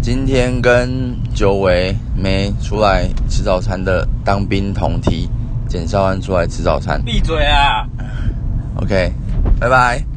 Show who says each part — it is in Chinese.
Speaker 1: 今天跟久违没出来吃早餐的当兵同梯简少安出来吃早餐。
Speaker 2: 闭嘴啊！
Speaker 1: OK，拜拜。